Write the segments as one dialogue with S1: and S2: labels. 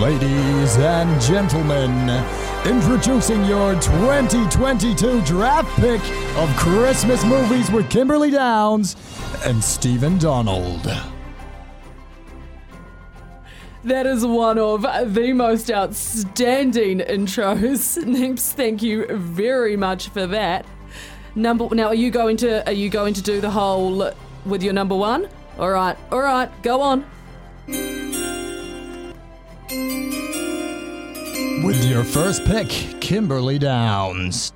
S1: Ladies and gentlemen, introducing your 2022 draft pick of Christmas movies with Kimberly Downs and Stephen Donald.
S2: That is one of the most outstanding intros. Neeps, thank you very much for that. Number now are you going to are you going to do the whole with your number one? Alright, alright, go on.
S1: With your first pick, Kimberly Downs.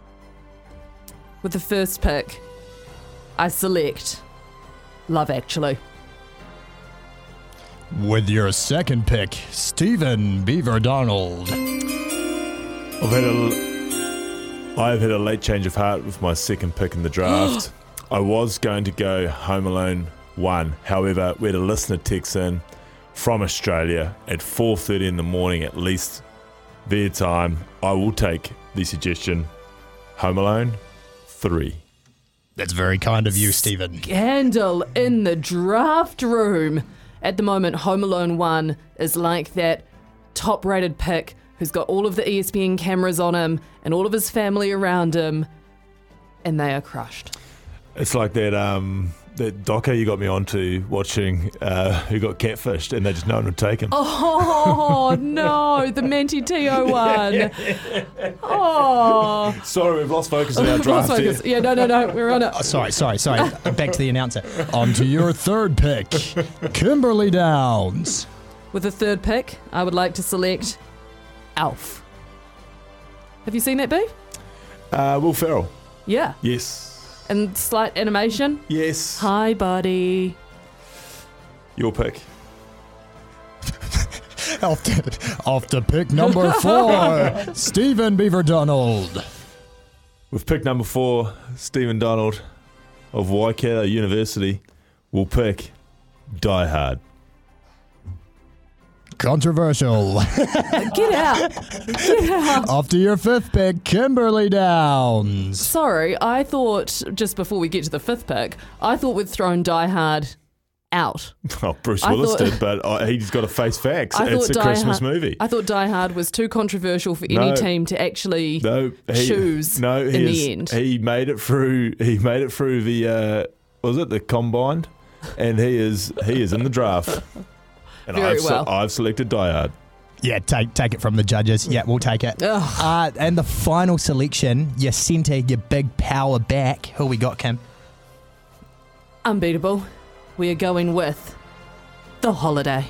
S2: With the first pick, I select Love Actually.
S1: With your second pick, Stephen Beaver Donald.
S3: I've had a, I've had a late change of heart with my second pick in the draft. I was going to go Home Alone one. However, we had a listener text in from Australia at 4:30 in the morning, at least their time. I will take the suggestion. Home Alone three.
S1: That's very kind of you, Stephen.
S2: Candle in the draft room. At the moment, Home Alone 1 is like that top rated pick who's got all of the E ESPN cameras on him and all of his family around him, and they are crushed.
S3: It's like that um that docker you got me onto watching uh, who got catfished and they just no one would take him.
S2: Oh no, the Manti Teo one. Oh,
S3: Sorry, we've lost focus on our draft. here.
S2: Focus. Yeah, no, no, no, we're on it.
S1: Oh, sorry, sorry, sorry. Back to the announcer. On to your third pick, Kimberly Downs.
S2: With the third pick, I would like to select Alf. Have you seen that, Boo?
S3: Uh, Will Ferrell.
S2: Yeah,
S3: Yes.
S2: and slight animation.
S3: Yes.
S2: Hi, buddy.
S3: Your pick.
S1: Off to, off to pick number four, Stephen Beaver Donald.
S3: With pick number four, Stephen Donald of Waikato University will pick Die Hard.
S1: Controversial.
S2: Get out. Get out.
S1: off to your fifth pick, Kimberly Downs.
S2: Sorry, I thought just before we get to the fifth pick, I thought we'd thrown Die Hard out.
S3: Well, Oh, Bruce
S2: I
S3: Willis
S2: thought-
S3: did, but I, he's got to face facts.
S2: I
S3: it's a
S2: thought Die
S3: Christmas
S2: Hard,
S3: movie.
S2: I thought Die Hard was too controversial for any
S3: No.
S2: team to actually.
S3: no, he,
S2: Shoes
S3: No, he
S2: in the
S3: is-
S2: end.
S3: he made it through. He made it through the uh, was it the combined, and he is he is in the draft. And
S2: Very
S3: I've, se-
S2: well.
S3: I've selected Die Hard.
S1: Yeah, take take it from the judges. Yeah, we'll take it.
S2: Ugh.
S1: Uh, and the final selection, your centre, your big power back. Who we got, Kim?
S2: Unbeatable. We are going with The Holiday.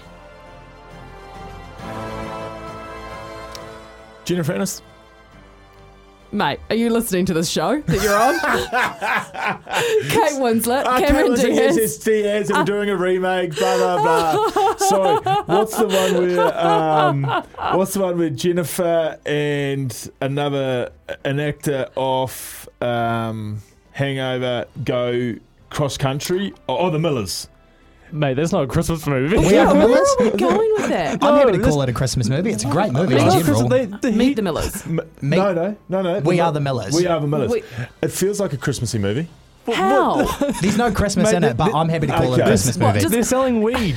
S3: Jennifer Aniston.
S2: Mate, are you listening to this show that you're on? Kate Winslet,
S3: Ah,
S2: Cameron
S3: Cameron
S2: Diaz. Ah.
S3: Diaz, Diaz, and we're doing a remake. Blah blah blah. Sorry, what's the one where? Um, what's the one where Jennifer and another an actor off um, Hangover go cross country? Oh, oh, the Millers.
S4: Mate, that's not a Christmas movie.
S1: We
S2: Yeah,
S1: have the
S2: where
S1: Millers?
S2: are we going with that?
S1: I'm happy to
S4: this-
S1: call it a Christmas movie. It's a great movie
S2: It's
S1: in
S2: not a
S1: general.
S2: Meet the Millers.
S3: M-
S1: Me-
S3: no, no, no, no.
S1: We
S3: they're
S1: are
S3: not-
S1: the Millers.
S3: We are the Millers.
S2: We-
S3: It feels like a Christmassy movie.
S2: How?
S1: There's no Christmas
S4: Mate,
S1: in it, but
S4: th-
S1: I'm happy to call it a
S3: okay.
S1: Christmas
S2: What,
S1: movie.
S2: just-
S4: They're selling weed.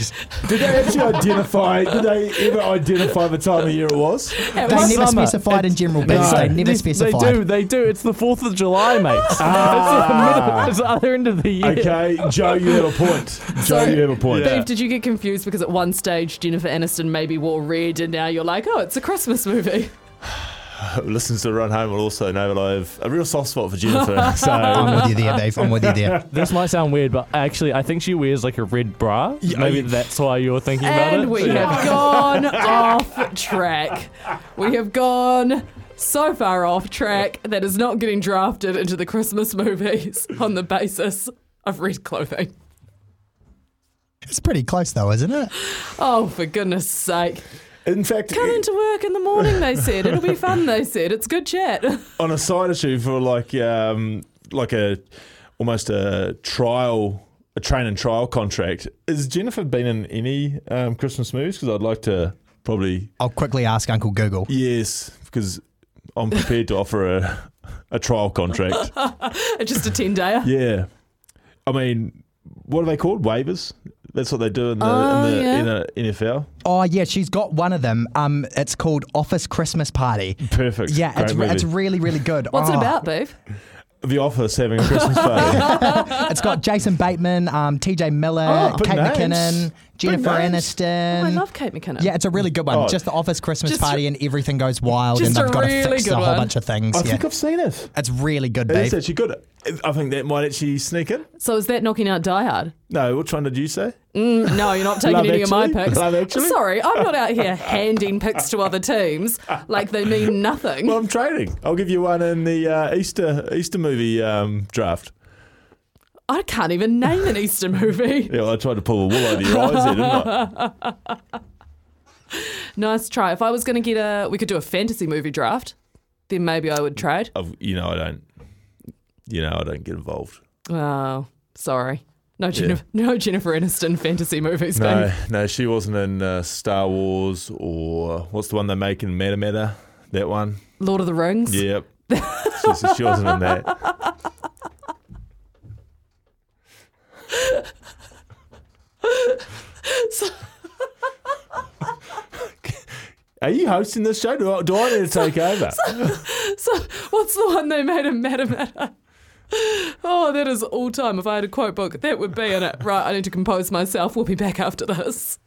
S3: Did they actually identify? Did they ever identify the time of year it was?
S2: Am
S1: they
S2: I-
S1: never
S4: summer.
S1: specified in general bids.
S3: No.
S1: they never
S4: They-
S1: specified.
S4: They do, they do. It's the 4th of July, mate.
S3: Ah.
S4: it's, the middle, it's the other end of the year.
S3: Okay, Joe, you have a point.
S2: So-
S3: Joe, you have a point.
S2: Beef, did you get confused because at one stage Jennifer Aniston maybe wore red and now you're like, oh, it's a Christmas movie?
S3: listeners to Run Home will also know that I have a real soft spot for Jennifer. so
S1: I'm with you there, Dave. I'm with you there.
S4: This might sound weird, but actually, I think she wears like a red bra.
S3: Yeah,
S4: Maybe
S3: you-
S4: that's why you're thinking about it.
S2: And we
S4: Yeah.
S2: have gone off track. We have gone so far off track that is not getting drafted into the Christmas movies on the basis of red clothing.
S1: It's pretty close, though, isn't it?
S2: Oh, for goodness sake.
S3: in fact,
S2: Come into work in the morning, they said. It'll be fun, they said. It's good chat.
S3: on a side issue for like um, like a almost a trial, a train and trial contract. Has Jennifer been in any um, Christmas movies? Because I'd like to probably
S1: I'll quickly ask Uncle Google.
S3: yes, because I'm prepared to offer a a trial contract.
S2: Just a 10 day.
S3: Yeah, I mean, what are they called? Waivers. That's what they do in the,
S2: Oh,
S3: in the
S2: yeah.
S3: in a NFL.
S1: Oh yeah, she's got one of them. Um, it's called Office Christmas Party.
S3: Perfect.
S1: Yeah,
S3: Great
S1: it's, re- it's
S3: movie.
S1: really really good.
S2: What's it
S1: Oh.
S2: about, Beef?
S3: the Office having a Christmas party.
S1: It's got Jason Bateman, um, T.J. Miller,
S3: Oh, big
S1: Kate
S3: names.
S1: McKinnon,
S3: Big
S1: Jennifer
S3: names.
S1: Aniston.
S2: Oh, I love Kate McKinnon.
S1: yeah, it's a really good one.
S3: Oh.
S1: Just the office Christmas
S2: Just-
S1: party and everything goes wild, and
S2: just
S1: they've
S2: a
S1: got to
S2: really
S1: fix
S2: good
S1: a whole
S2: one.
S1: bunch of things.
S3: I
S1: yeah,
S3: think I've seen it.
S1: it's really good,
S3: It is
S1: babe.
S3: actually good. I think that might actually sneak in.
S2: So is that knocking out Die Hard?
S3: No, which one did you say?
S2: Mm, no, you're not taking
S3: Love
S2: any of my
S3: Actually?
S2: picks.
S3: Love Actually?
S2: Sorry, I'm not out here handing picks to other teams like they mean nothing.
S3: Well, I'm trading. I'll give you one in the uh, Easter Easter movie um, draft.
S2: I can't even name an Easter movie.
S3: Yeah, well, I tried to pull the wool over your eyes there, didn't I?
S2: Nice try. If I was going to get a, we could do a fantasy movie draft. Then maybe I would trade.
S3: I've, you know, I don't. You know, I don't get involved.
S2: Oh, sorry. No, Jennifer, no Jennifer Aniston fantasy movies. babe.
S3: No, no, she wasn't in uh, Star Wars or what's the one they make in Meta Meta? That one.
S2: Lord of the Rings.
S3: Yep. she, she wasn't in that. Are you hosting this show? Do I, do I need to take over?
S2: So what's the one they made him mad matter? Oh, that is all time. If I had a quote book, that would be in it. Right, I need to compose myself. We'll be back after this.